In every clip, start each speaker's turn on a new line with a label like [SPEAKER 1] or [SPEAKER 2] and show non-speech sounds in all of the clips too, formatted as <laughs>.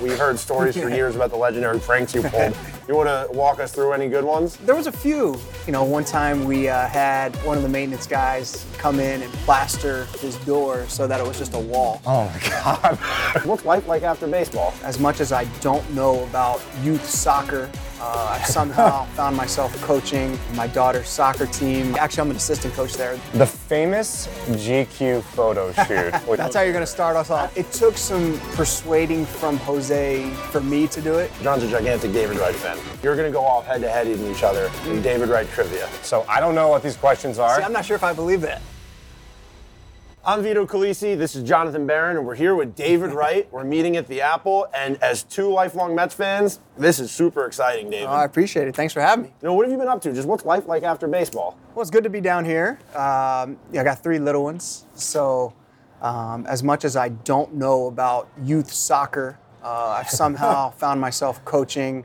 [SPEAKER 1] We heard stories for years about the legendary pranks
[SPEAKER 2] <laughs>
[SPEAKER 1] you pulled. You want to walk us through any good ones?
[SPEAKER 3] There was a few. You know, one time we uh, had one of the maintenance guys come in and plaster his door so that it was just a wall.
[SPEAKER 2] Oh my God.
[SPEAKER 1] What's life like after baseball?
[SPEAKER 3] As much as I don't know about youth soccer, uh, I <laughs> somehow found myself coaching my daughter's soccer team. Actually, I'm an assistant coach there.
[SPEAKER 2] The famous GQ photo
[SPEAKER 1] <laughs>
[SPEAKER 2] shoot.
[SPEAKER 3] That's how you're going to start us off. It took some persuading from Jose for me to do it.
[SPEAKER 1] John's a gigantic David Wright fan. You're going to go off head to head eating each other in David Wright trivia.
[SPEAKER 2] So I don't know what these questions are.
[SPEAKER 3] See, I'm not sure if I believe that.
[SPEAKER 1] I'm Vito Calisi. This is Jonathan Barron, and we're here with David Wright. We're meeting at the Apple, and as two lifelong Mets fans, this is super exciting, David.
[SPEAKER 2] Uh,
[SPEAKER 3] Oh, I appreciate it. Thanks for having me.
[SPEAKER 1] You know, what have you been up to? Just what's life like after baseball?
[SPEAKER 3] Well, it's good to be down here. Um, yeah, I got three little ones, so um, as much as I don't know about youth soccer, uh, I've somehow found myself coaching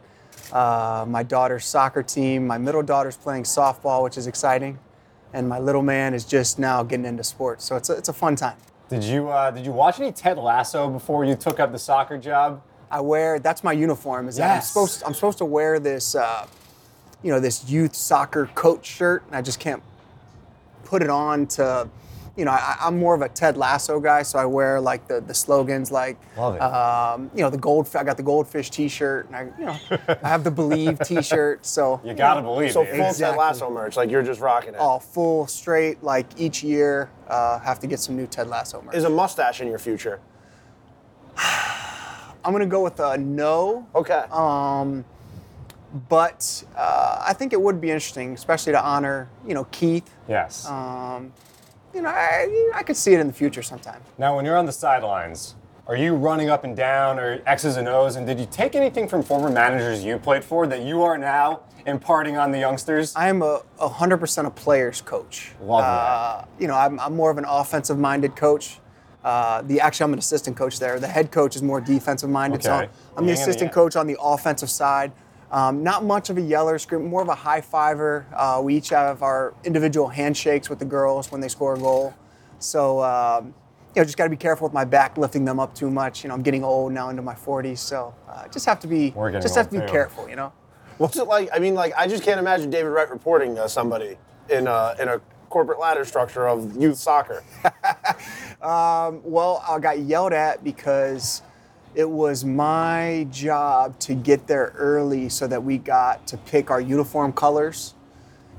[SPEAKER 3] uh, my daughter's soccer team. My middle daughter's playing softball, which is exciting, and my little man is just now getting into sports. So it's a, it's a fun time.
[SPEAKER 2] Did you uh, did you watch any Ted Lasso before you took up the soccer job?
[SPEAKER 3] I wear that's my uniform. Is that I'm
[SPEAKER 2] Yes.
[SPEAKER 3] supposed I'm supposed to wear this, uh, you know, this youth soccer coach shirt, and I just can't put it on to, you know, I, I'm more of a Ted Lasso guy, so I wear like the the slogans like,
[SPEAKER 2] Love it.
[SPEAKER 3] Um, you know, the gold. I got the goldfish T-shirt, and I, you know, I have the
[SPEAKER 2] <laughs>
[SPEAKER 3] Believe T-shirt. So
[SPEAKER 2] You gotta believe
[SPEAKER 1] So
[SPEAKER 2] me.
[SPEAKER 1] full set
[SPEAKER 3] Exactly.
[SPEAKER 1] lasso merch, like you're just rocking it. Is
[SPEAKER 3] all full straight. Like each year, uh, have to get some new Ted Lasso merch.
[SPEAKER 1] a mustache in your future?
[SPEAKER 3] I'm gonna go with a no.
[SPEAKER 1] Okay.
[SPEAKER 3] but uh, I think it would be interesting, especially to honor, you know, Keith.
[SPEAKER 2] yes.
[SPEAKER 3] Um, you know, I, I could see it in the future sometime.
[SPEAKER 2] now, when you're on the sidelines, are you running up and down or X's and O's? And did you take anything from former managers you played for that you are now imparting on the youngsters?
[SPEAKER 3] I am a a 100% a player's coach.
[SPEAKER 2] Love
[SPEAKER 3] Uh, you know, I'm, I'm more of an offensive minded coach. Uh, the actually, I'm an assistant coach there. The head coach is more defensive minded. So
[SPEAKER 2] Okay.
[SPEAKER 3] I'm, I'm the
[SPEAKER 2] Yin and
[SPEAKER 3] assistant
[SPEAKER 2] yang.
[SPEAKER 3] coach on the offensive side. Um, not much of a yeller, scream, more of a high fiver. Uh, we each have our individual handshakes with the girls when they score a goal. So, um, you know, just got to be careful with my back lifting them up too much. You know, I'm getting old now into my 40s, so uh, just have to be
[SPEAKER 2] We're getting
[SPEAKER 3] just have to
[SPEAKER 2] old
[SPEAKER 3] be
[SPEAKER 2] too.
[SPEAKER 3] careful. You know.
[SPEAKER 1] What's it like? I mean, like I just can't imagine David Wright reporting uh, somebody in a in a corporate ladder structure of youth soccer.
[SPEAKER 3] Well, I got yelled at because it was my job to get there early so that we got to pick our uniform colors.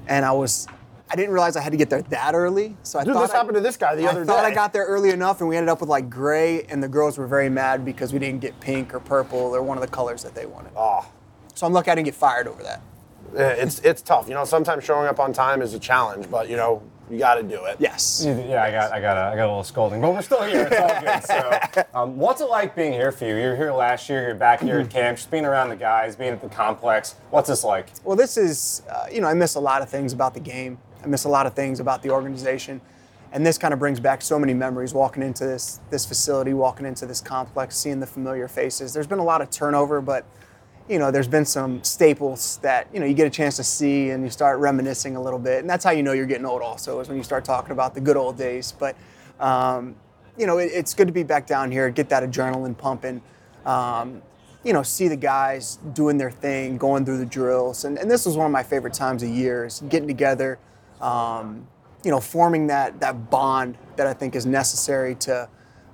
[SPEAKER 3] And I was, I didn't realize I had to get there that early. So I
[SPEAKER 1] Dude,
[SPEAKER 3] thought
[SPEAKER 1] this
[SPEAKER 3] I,
[SPEAKER 1] happened to this guy the
[SPEAKER 3] I
[SPEAKER 1] other
[SPEAKER 3] thought I
[SPEAKER 1] day.
[SPEAKER 3] got there early enough, and we ended up with like gray, and the girls were very mad because we didn't get pink or purple or one of the colors that they wanted.
[SPEAKER 1] Oh,
[SPEAKER 3] So I'm lucky I didn't get fired over that.
[SPEAKER 1] yeah, Uh, it's it's tough. You know, sometimes showing up on time is a challenge, but you know you got to do it.
[SPEAKER 3] Yes.
[SPEAKER 2] Yeah, I got, I got, a, I got a little scolding, but we're still here. It's all good. So,
[SPEAKER 3] <laughs>
[SPEAKER 2] um, what's it like being here for you? You're here last year. You're back here
[SPEAKER 3] <clears throat>
[SPEAKER 2] at camp, just being around the guys, being at the complex. What's this like?
[SPEAKER 3] Well, this is, uh, you know, I miss a lot of things about the game. I miss a lot of things about the organization. And this kind of brings back so many memories walking into this, this facility, walking into this complex, seeing the familiar faces. There's been a lot of turnover, but, you know, there's been some staples that, you know, you get a chance to see and you start reminiscing a little bit. And that's how you know you're getting old, also, is when you start talking about the good old days. But, um, you know, it, it's good to be back down here, get that adrenaline pumping. Um, you know, see the guys doing their thing, going through the drills. And, and this was one of my favorite times of years, getting together, um, you know, forming that, that bond that I think is necessary to,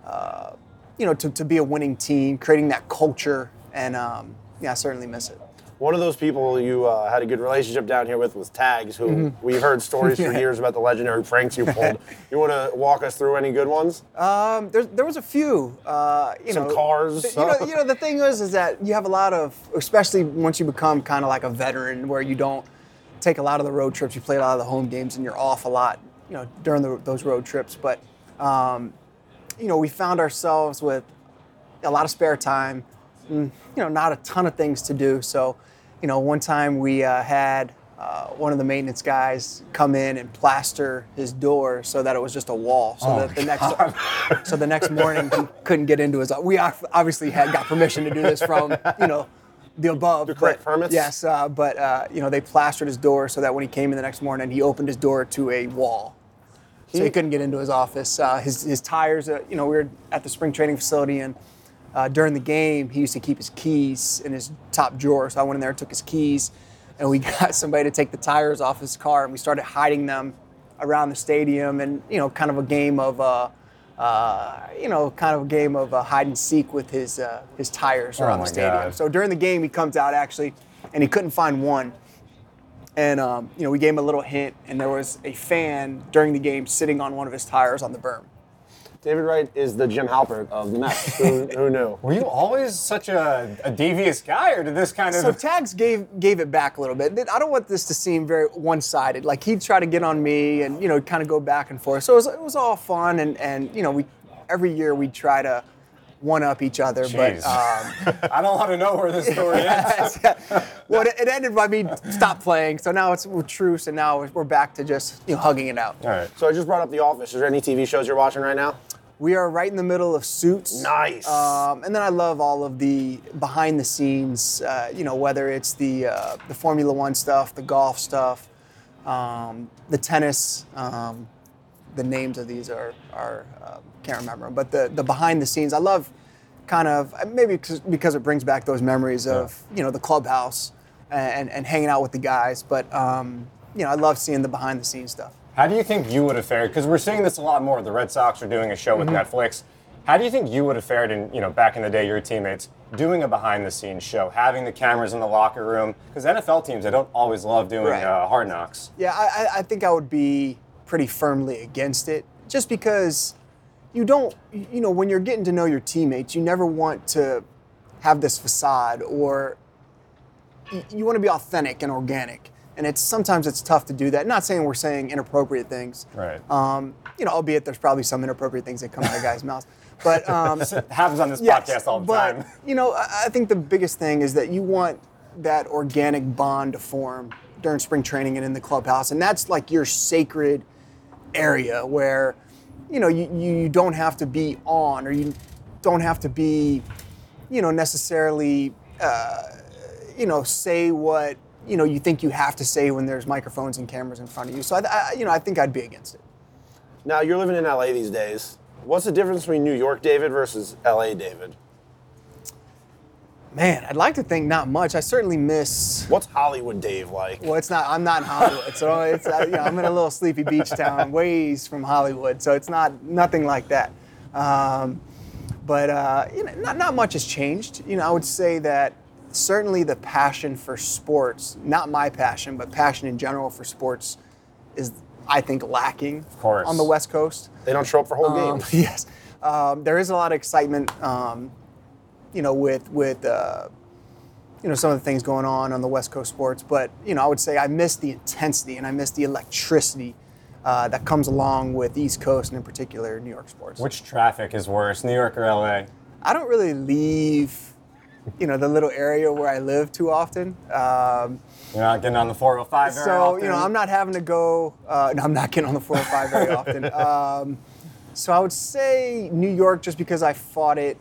[SPEAKER 3] uh, you know, to, to be a winning team, creating that culture. And um, yeah, I certainly miss it.
[SPEAKER 1] One of those people you uh, had a good relationship down here with was Tags, who we've heard stories for years about the legendary pranks you pulled. you want to walk us through any good ones? Uh,
[SPEAKER 3] Um, there, there was a few. Uh, you
[SPEAKER 1] Some
[SPEAKER 3] know,
[SPEAKER 1] cars,
[SPEAKER 3] th- You know,
[SPEAKER 1] some-
[SPEAKER 3] you know, the thing is, is that you have a lot of, especially once you become kind of like a veteran, where you don't take a lot of the road trips. You play a lot of the home games, and you're off a lot, you know, during the, those road trips. But, um, you know, we found ourselves with a lot of spare time, and, you know, not a ton of things to do. So, you know, one time we uh, had uh, one of the maintenance guys come in and plaster his door so that it was just a wall, so that the next, <laughs> so the next morning he couldn't get into his. uh, We ob- obviously had got permission to do this from, you know. The above, the
[SPEAKER 1] correct permits?
[SPEAKER 3] Yes, uh, but uh, you know they plastered his door so that when he came in the next morning, he opened his door to a wall so he couldn't get into his office. Uh, his, his tires, uh, you know, we were at the spring training facility and Uh, during the game, he used to keep his keys in his top drawer. So I went in there and took his keys, and we <laughs> got somebody to take the tires off his car, and we started hiding them around the stadium, and you know, kind of a game of. Uh, uh, you know, kind of a game of uh, hide and seek with his uh, his tires around
[SPEAKER 2] Oh my
[SPEAKER 3] the stadium.
[SPEAKER 2] God.
[SPEAKER 3] So during the game, he comes out actually, and he couldn't find one. And um, you know, we gave him a little hint, and there was a fan during the game sitting on one of his tires on the berm.
[SPEAKER 1] David Wright is the Jim Halpert of the Mets. who, who knew?
[SPEAKER 2] Were you always such a, a devious guy, or did this kind of <laughs>
[SPEAKER 3] So Tags gave gave it back a little bit. I don't want this to seem very one sided. Like he'd try to get on me, and you know, kind of go back and forth. So it was, it was all fun, and and you know, we every year we try to one up each other,
[SPEAKER 2] Jeez. Oh,
[SPEAKER 3] but.
[SPEAKER 2] <laughs>
[SPEAKER 3] Um,
[SPEAKER 2] I don't want to know where this
[SPEAKER 3] <laughs>
[SPEAKER 2] story ends.
[SPEAKER 3] well, it, it ended by me stop playing, so now it's we're truce, and now we're back to just you know hugging it out.
[SPEAKER 2] All right.
[SPEAKER 1] So I just brought up The Office. Is there any TV shows you're watching right now?
[SPEAKER 3] We are right in the middle of Suits.
[SPEAKER 1] Nice.
[SPEAKER 3] Um, and then I love all of the behind the scenes, uh, you know, whether it's the uh, the Formula One stuff, the golf stuff, um, the tennis. Um, the names of these are are uh, can't remember, but the the behind the scenes. I love kind of uh, maybe 'cause- because it brings back those memories of you know the clubhouse and and hanging out with the guys. But um, you know, I love seeing the behind the scenes stuff.
[SPEAKER 2] How do you think you would have fared? Because we're seeing this a lot more. The Red Sox are doing a show with
[SPEAKER 3] Mm-hmm.
[SPEAKER 2] Netflix. How do you think you would have fared in, you know, back in the day, your teammates doing a behind-the-scenes show, having the cameras in the locker room? Because NFL teams, they don't always love doing
[SPEAKER 3] Right.
[SPEAKER 2] uh, hard knocks.
[SPEAKER 3] Yeah, I, I- I think I would be pretty firmly against it, just because you don't, you know, when you're getting to know your teammates, you never want to have this facade, or y- you want to be authentic and organic, and it's sometimes it's tough to do that. Not saying we're saying inappropriate things,
[SPEAKER 2] Right.
[SPEAKER 3] Um, you know, albeit there's probably some inappropriate things that come out of guys' mouths, but um,
[SPEAKER 2] It happens on this
[SPEAKER 3] Yes,
[SPEAKER 2] podcast all the
[SPEAKER 3] but,
[SPEAKER 2] time. <laughs>
[SPEAKER 3] You know, I I think the biggest thing is that you want that organic bond to form during spring training and in the clubhouse, and that's like your sacred area where, you know, you, you you don't have to be on or you don't have to be, you know, necessarily, uh, you know, say what you know you think you have to say when there's microphones and cameras in front of you. So I, I you know, I think I'd be against it.
[SPEAKER 1] Now you're living in LA these days. What's the difference between New York David versus LA David?
[SPEAKER 3] Man, I'd like to think not much. I certainly miss.
[SPEAKER 1] What's Hollywood Dave like?
[SPEAKER 3] Well, it's not. I'm not in Hollywood, so it's uh, you know, I'm in a little sleepy beach town, ways from Hollywood. So it's not nothing like that. Um, but uh, you know, not not much has changed. You know, I would say that certainly the passion for sports, not my passion, but passion in general for sports, is I think lacking. Of
[SPEAKER 2] course.
[SPEAKER 3] on the West Coast.
[SPEAKER 1] They don't show up for whole
[SPEAKER 3] Um,
[SPEAKER 1] games.
[SPEAKER 3] <laughs> yes, um, there is a lot of excitement. Um, you know, with with uh, you know some of the things going on on the West Coast sports, but you know, I would say I miss the intensity and I miss the electricity uh, that comes along with East Coast and in particular New York sports.
[SPEAKER 2] Which traffic is worse, New York or LA?
[SPEAKER 3] I don't really leave, you know, the little area where I live too often. Um,
[SPEAKER 2] You're not getting on the 405 very
[SPEAKER 3] so
[SPEAKER 2] often.
[SPEAKER 3] you know, I'm not having to go. Uh, no, I'm not getting on the 405
[SPEAKER 2] <laughs>
[SPEAKER 3] very often. Um, so I would say New York, just because I fought it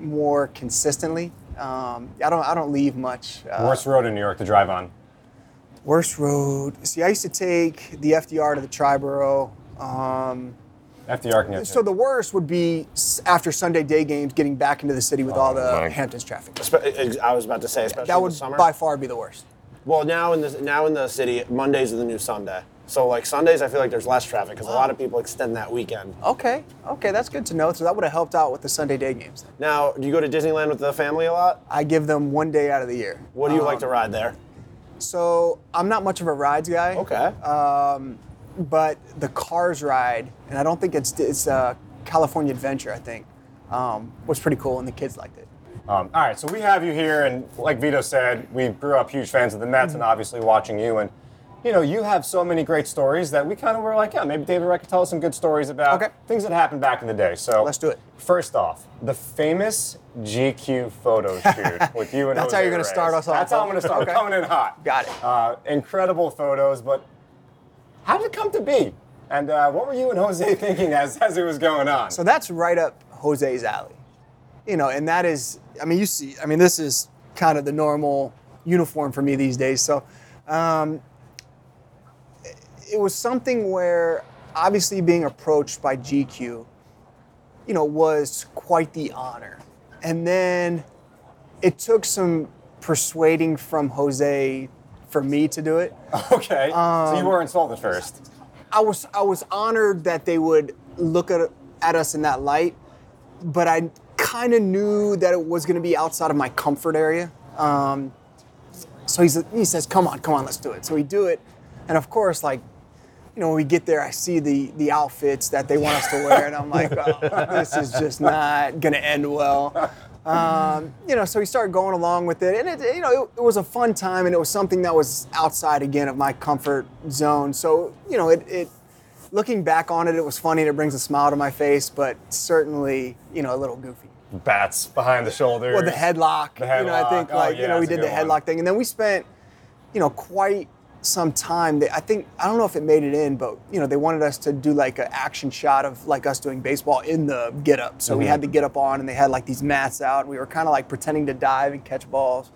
[SPEAKER 3] more consistently. Um, I don't. I don't leave much. Uh,
[SPEAKER 2] Worst road in New York to drive on.
[SPEAKER 3] worst road. See, I used to take the FDR to the Triborough. Um,
[SPEAKER 2] FDR can get
[SPEAKER 3] so the worst would be s- after Sunday day games, getting back into the city with all the
[SPEAKER 2] Oh my-
[SPEAKER 3] Hamptons traffic.
[SPEAKER 1] Spe- ex- I was about to say, especially
[SPEAKER 3] That
[SPEAKER 1] in the
[SPEAKER 3] would
[SPEAKER 1] summer.
[SPEAKER 3] by far be the worst.
[SPEAKER 1] well, now in the now in the city, Mondays are the new Sunday. So like Sundays, I feel like there's less traffic because a lot of
[SPEAKER 3] Oh.
[SPEAKER 1] people extend that weekend.
[SPEAKER 3] Okay, okay, that's good to know. So that would have helped out with the Sunday day games. Then.
[SPEAKER 1] Now, do you go to Disneyland with the family a lot?
[SPEAKER 3] I give them one day out of the year.
[SPEAKER 1] What do you like to ride there?
[SPEAKER 3] So I'm not much of a rides guy. Um,
[SPEAKER 1] Okay.
[SPEAKER 3] uh, But the Cars ride, and I don't think it's it's uh, California Adventure. I think um, was pretty cool, and the kids liked it.
[SPEAKER 2] Um, all right, so we have you here, and like Vito said, we grew up huge fans of the Mets,
[SPEAKER 3] Mm-hmm.
[SPEAKER 2] and obviously watching you, and you know, you have so many great stories that we kind of were like, yeah, maybe David Wright could tell us some good stories about
[SPEAKER 3] Okay.
[SPEAKER 2] things that happened back in the day. So
[SPEAKER 3] Let's do it.
[SPEAKER 2] First off, the famous GQ
[SPEAKER 3] <laughs>
[SPEAKER 2] photo shoot with you and
[SPEAKER 3] That's how you're
[SPEAKER 2] Jose
[SPEAKER 3] gonna start
[SPEAKER 2] Reyes.
[SPEAKER 3] us off,
[SPEAKER 2] That's how I'm
[SPEAKER 3] huh?
[SPEAKER 2] going to start.
[SPEAKER 3] Okay.
[SPEAKER 2] We're coming in hot.
[SPEAKER 3] Got it.
[SPEAKER 2] Uh, incredible photos, but how did it come to be? And uh, what were you and Jose <laughs> thinking as as it was going on?
[SPEAKER 3] So that's right up Jose's alley. You know, and that is, I mean, you see, I mean, this is kind of the normal uniform for me these days. So um, it was something where obviously being approached by GQ, you know, was quite the honor. And then it took some persuading from Jose for me to do it.
[SPEAKER 2] Okay. so
[SPEAKER 3] um,
[SPEAKER 2] you were insulted first.
[SPEAKER 3] I was I was honored that they would look at, at us in that light, but I kind of knew that it was going to be outside of my comfort area. Um, so he's, he says, "Come on, come on, let's do it." So we do it, and of course, like you know, when we get there, I see the the outfits that they want us to wear, and I'm like, oh, "This is just not going to end well." Um, you know, so we started going along with it, and it, you know, it, it was a fun time, and it was something that was outside again of my comfort zone. So, you know, it, it looking back on it, it was funny, and it brings a smile to my face, but certainly, you know, a little goofy.
[SPEAKER 2] Bats behind the shoulder.
[SPEAKER 3] Well, the headlock,
[SPEAKER 2] The
[SPEAKER 3] you know, I think
[SPEAKER 2] headlock. Oh,
[SPEAKER 3] like
[SPEAKER 2] yeah,
[SPEAKER 3] you know, we
[SPEAKER 2] that's a
[SPEAKER 3] did the
[SPEAKER 2] good one.
[SPEAKER 3] headlock thing, and then we spent, you know, quite some time. That I think I don't know if it made it in, but you know, they wanted us to do like an action shot of like us doing baseball in the get up. So we had
[SPEAKER 2] Mm-hmm.
[SPEAKER 3] the get up on, and they had like these mats out. We were kind of like pretending to dive and catch balls,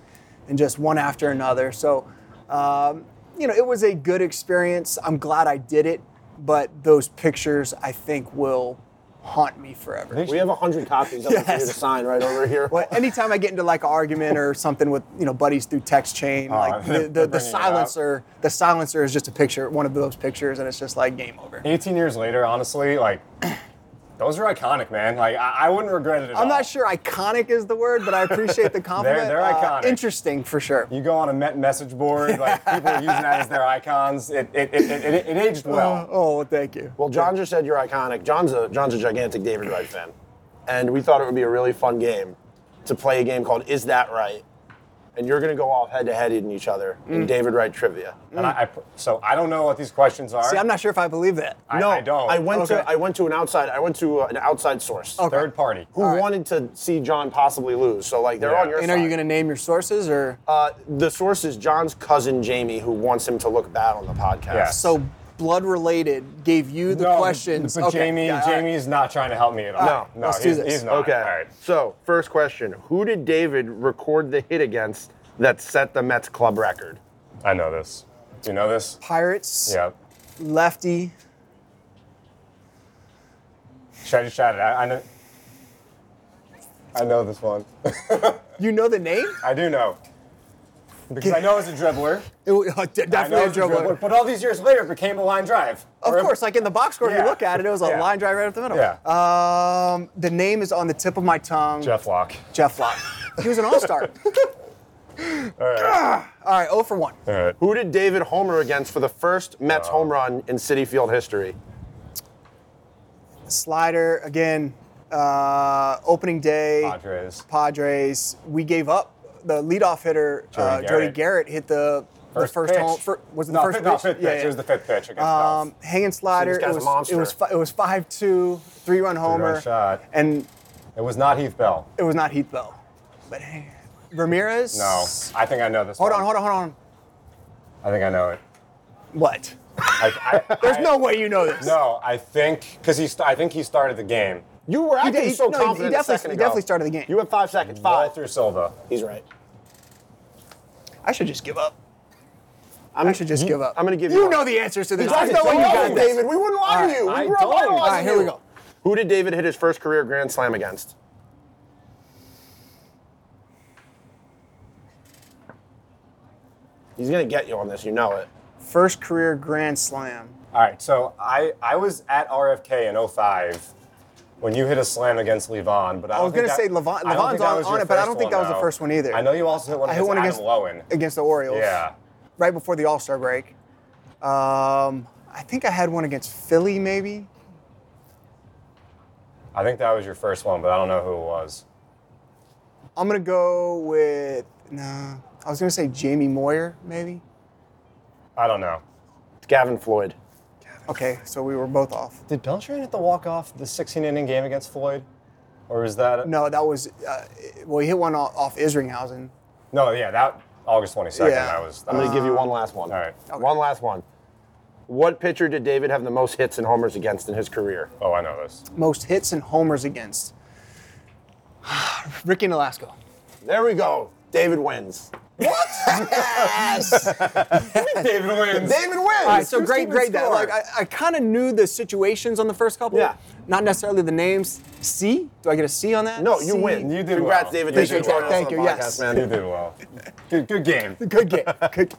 [SPEAKER 3] and just one after another. So, um, you know, it was a good experience. I'm glad I did it, but those pictures I think will haunt me forever.
[SPEAKER 1] We have 100 copies of it for you to
[SPEAKER 3] Yes.
[SPEAKER 1] sign right over here.
[SPEAKER 3] Well,
[SPEAKER 2] <laughs>
[SPEAKER 3] anytime I get into like an argument or something with you know buddies through text chain, like
[SPEAKER 2] <laughs> they're-
[SPEAKER 3] the, the,
[SPEAKER 2] they're
[SPEAKER 3] the
[SPEAKER 2] bringing it up.
[SPEAKER 3] silencer, the silencer is just a picture, one of those pictures, and it's just like game over.
[SPEAKER 2] 18 years later, honestly, like, <clears throat> those are iconic, man. Like, I, I wouldn't regret it at
[SPEAKER 3] I'm
[SPEAKER 2] all.
[SPEAKER 3] not sure iconic is the word, but I appreciate
[SPEAKER 2] <laughs>
[SPEAKER 3] the compliment.
[SPEAKER 2] they're
[SPEAKER 3] Uh,
[SPEAKER 2] iconic.
[SPEAKER 3] interesting for sure.
[SPEAKER 2] You go on a Met message board,
[SPEAKER 3] <laughs>
[SPEAKER 2] like, people are using that as their icons. It, it, it, it, it, it aged well.
[SPEAKER 3] oh, well, thank you.
[SPEAKER 1] Well, John just said you're iconic. John's a John's a gigantic David Wright fan, and we thought it would be a really fun game to play a game called Is That Right? And you're gonna go off head to head in each other
[SPEAKER 2] Mm.
[SPEAKER 1] in David Wright trivia.
[SPEAKER 2] And I, I pr- so I don't know what these questions are.
[SPEAKER 3] See, I'm not sure if I believe that.
[SPEAKER 2] I, I don't.
[SPEAKER 1] I went
[SPEAKER 3] Okay.
[SPEAKER 1] to I went to an outside I went to uh, an outside source
[SPEAKER 3] Okay.
[SPEAKER 2] Third party.
[SPEAKER 1] who wanted to see John possibly lose. So like they're
[SPEAKER 2] Yeah.
[SPEAKER 1] on your
[SPEAKER 3] And
[SPEAKER 1] side.
[SPEAKER 3] are you going to name your sources or
[SPEAKER 1] uh, the source is John's cousin Jamie, who wants him to look bad on the podcast.
[SPEAKER 2] Yeah.
[SPEAKER 3] so blood related? Gave you the
[SPEAKER 2] No, but-
[SPEAKER 3] questions.
[SPEAKER 2] But
[SPEAKER 3] Okay,
[SPEAKER 2] Jamie,
[SPEAKER 3] yeah, all right.
[SPEAKER 2] Jamie's not trying to help me at all.
[SPEAKER 1] No,
[SPEAKER 2] no,
[SPEAKER 3] let's do
[SPEAKER 2] he's,
[SPEAKER 3] this.
[SPEAKER 2] he's not.
[SPEAKER 1] Okay.
[SPEAKER 2] All right.
[SPEAKER 1] So, first question Who did David record the hit against that set the Mets club record?
[SPEAKER 2] I know this. Do you know this?
[SPEAKER 3] Pirates,
[SPEAKER 2] Yeah.
[SPEAKER 3] lefty.
[SPEAKER 2] Should I just shout it out? I know. I know this one.
[SPEAKER 3] You know the name?
[SPEAKER 2] I do know. Because I know it's
[SPEAKER 3] <laughs>
[SPEAKER 2] a dribbler.
[SPEAKER 3] It w- definitely
[SPEAKER 2] I know
[SPEAKER 3] a
[SPEAKER 2] it's a
[SPEAKER 3] dribbler.
[SPEAKER 2] But all these years later, it became a line drive.
[SPEAKER 3] Of
[SPEAKER 2] Or-
[SPEAKER 3] course, like in the box score, if
[SPEAKER 2] Yeah.
[SPEAKER 3] you look at it, it was a
[SPEAKER 2] Yeah.
[SPEAKER 3] line drive right up the middle.
[SPEAKER 2] Yeah.
[SPEAKER 3] Um, the name is on the tip of my tongue.
[SPEAKER 2] Jeff Locke.
[SPEAKER 3] Jeff Lott. he was an
[SPEAKER 2] <laughs>
[SPEAKER 3] all-star.
[SPEAKER 2] All right.
[SPEAKER 3] <laughs> All right, 0 for 1.
[SPEAKER 2] All right.
[SPEAKER 1] Who did David Homer against for the first Mets home run in City Field history?
[SPEAKER 3] Slider again. Uh, opening day.
[SPEAKER 2] Padres.
[SPEAKER 3] Padres. We gave up. The leadoff hitter,
[SPEAKER 2] Jody
[SPEAKER 3] uh, Jody
[SPEAKER 2] Garrett.
[SPEAKER 3] Garrett, hit the the first
[SPEAKER 2] pitch.
[SPEAKER 3] home. fir- was it
[SPEAKER 2] no,
[SPEAKER 3] the
[SPEAKER 2] <laughs>
[SPEAKER 3] first
[SPEAKER 2] fifth, no,
[SPEAKER 3] pitch?
[SPEAKER 2] fifth
[SPEAKER 3] Yeah,
[SPEAKER 2] pitch.
[SPEAKER 3] yeah.
[SPEAKER 2] It was the fifth pitch against
[SPEAKER 3] Um,
[SPEAKER 2] Phelps.
[SPEAKER 3] hanging slider.
[SPEAKER 1] guy's
[SPEAKER 3] It
[SPEAKER 1] a
[SPEAKER 3] was,
[SPEAKER 1] monster.
[SPEAKER 3] it was fi- it was five two, three run homer,
[SPEAKER 2] shot.
[SPEAKER 3] and
[SPEAKER 2] It was not Heath Bell.
[SPEAKER 3] it was not Heath Bell, but hey, Ramirez.
[SPEAKER 2] No, I think I know this.
[SPEAKER 3] Hold
[SPEAKER 2] one.
[SPEAKER 3] on, hold on, hold on.
[SPEAKER 2] I think I know it.
[SPEAKER 3] What?
[SPEAKER 2] I,
[SPEAKER 3] <laughs>
[SPEAKER 2] I,
[SPEAKER 3] There's
[SPEAKER 2] I-
[SPEAKER 3] no way you know this.
[SPEAKER 2] No, I think because he. St- I think he started the game.
[SPEAKER 1] You were
[SPEAKER 3] He
[SPEAKER 1] acting
[SPEAKER 3] de- he-
[SPEAKER 1] so
[SPEAKER 3] no, he- he
[SPEAKER 1] confident a
[SPEAKER 3] definitely-
[SPEAKER 1] second
[SPEAKER 3] he
[SPEAKER 1] ago.
[SPEAKER 3] definitely started the game.
[SPEAKER 1] You have five seconds. Five.
[SPEAKER 2] Walter Silva.
[SPEAKER 1] He's right.
[SPEAKER 3] I should just give up.
[SPEAKER 1] I'm,
[SPEAKER 3] I should just give up.
[SPEAKER 1] I'm going to give you.
[SPEAKER 3] you.
[SPEAKER 1] one.
[SPEAKER 3] know the answers to this.
[SPEAKER 1] I
[SPEAKER 3] There's no way you
[SPEAKER 1] don't,
[SPEAKER 3] got this.
[SPEAKER 1] David. We wouldn't lie to
[SPEAKER 3] All
[SPEAKER 1] you.
[SPEAKER 2] right,
[SPEAKER 1] We
[SPEAKER 2] I
[SPEAKER 1] grew up
[SPEAKER 2] don't.
[SPEAKER 1] idolizing
[SPEAKER 3] All right, here we
[SPEAKER 1] you.
[SPEAKER 3] go.
[SPEAKER 1] Who did David hit his first career grand slam against? He's going to get you on this. You know it.
[SPEAKER 3] First career grand slam.
[SPEAKER 2] All right, so I, I was at RFK in 05 when you hit a slam against Levon, but I,
[SPEAKER 3] I was
[SPEAKER 2] going
[SPEAKER 3] gonna
[SPEAKER 2] to
[SPEAKER 3] say Levon-
[SPEAKER 2] I don't
[SPEAKER 3] Levon's
[SPEAKER 2] think that
[SPEAKER 3] on-
[SPEAKER 2] was
[SPEAKER 3] on
[SPEAKER 2] your
[SPEAKER 3] it, but I
[SPEAKER 2] first
[SPEAKER 3] don't think
[SPEAKER 2] one,
[SPEAKER 3] that was the
[SPEAKER 2] though.
[SPEAKER 3] first one either.
[SPEAKER 2] I know you also hit one
[SPEAKER 3] I
[SPEAKER 2] against
[SPEAKER 3] hit one
[SPEAKER 2] Adam
[SPEAKER 3] against
[SPEAKER 2] Lowen.
[SPEAKER 3] against the Orioles.
[SPEAKER 2] Yeah.
[SPEAKER 3] Right before the All Star break. Um, I think I had one against Philly, maybe.
[SPEAKER 2] I think that was your first one, but I don't know who it was.
[SPEAKER 3] I'm gonna go with nah. I was gonna say Jamie Moyer, maybe.
[SPEAKER 2] I don't know.
[SPEAKER 1] It's Gavin Floyd.
[SPEAKER 3] Okay, so we were both off.
[SPEAKER 2] Did Beltran hit the walk-off, the 16-inning game against Floyd? Or was that...
[SPEAKER 3] No, that was uh, well. He hit one off, off Isringhausen.
[SPEAKER 2] No, yeah, that August 22nd,
[SPEAKER 3] Yeah.
[SPEAKER 2] that was... That
[SPEAKER 1] I'm going
[SPEAKER 2] was-
[SPEAKER 1] to give you one last one.
[SPEAKER 2] all right.
[SPEAKER 1] One last one. What pitcher did David have the most hits and homers against in his career?
[SPEAKER 2] Oh, I know
[SPEAKER 3] <laughs>
[SPEAKER 2] this.
[SPEAKER 3] most hits and homers against? <sighs> Ricky Nolasco.
[SPEAKER 1] There we go. David wins. What? yes.
[SPEAKER 2] David wins.
[SPEAKER 1] David wins.
[SPEAKER 3] All right, so
[SPEAKER 2] Who's
[SPEAKER 3] great,
[SPEAKER 2] keeping
[SPEAKER 3] great. That
[SPEAKER 2] score?
[SPEAKER 3] like I, I kind of knew the situations on the first couple.
[SPEAKER 1] Yeah.
[SPEAKER 3] Not necessarily the names. C? Do I get a C on that?
[SPEAKER 1] No, you
[SPEAKER 3] C?
[SPEAKER 1] win.
[SPEAKER 2] You did
[SPEAKER 1] Congrats,
[SPEAKER 2] well.
[SPEAKER 1] David.
[SPEAKER 3] Appreciate
[SPEAKER 1] Thank you for
[SPEAKER 3] that.
[SPEAKER 1] joining us
[SPEAKER 3] Thank
[SPEAKER 1] on the
[SPEAKER 3] you,
[SPEAKER 1] podcast,
[SPEAKER 3] yes.
[SPEAKER 1] man.
[SPEAKER 2] you did well. Good, good game.
[SPEAKER 3] Good game. Good.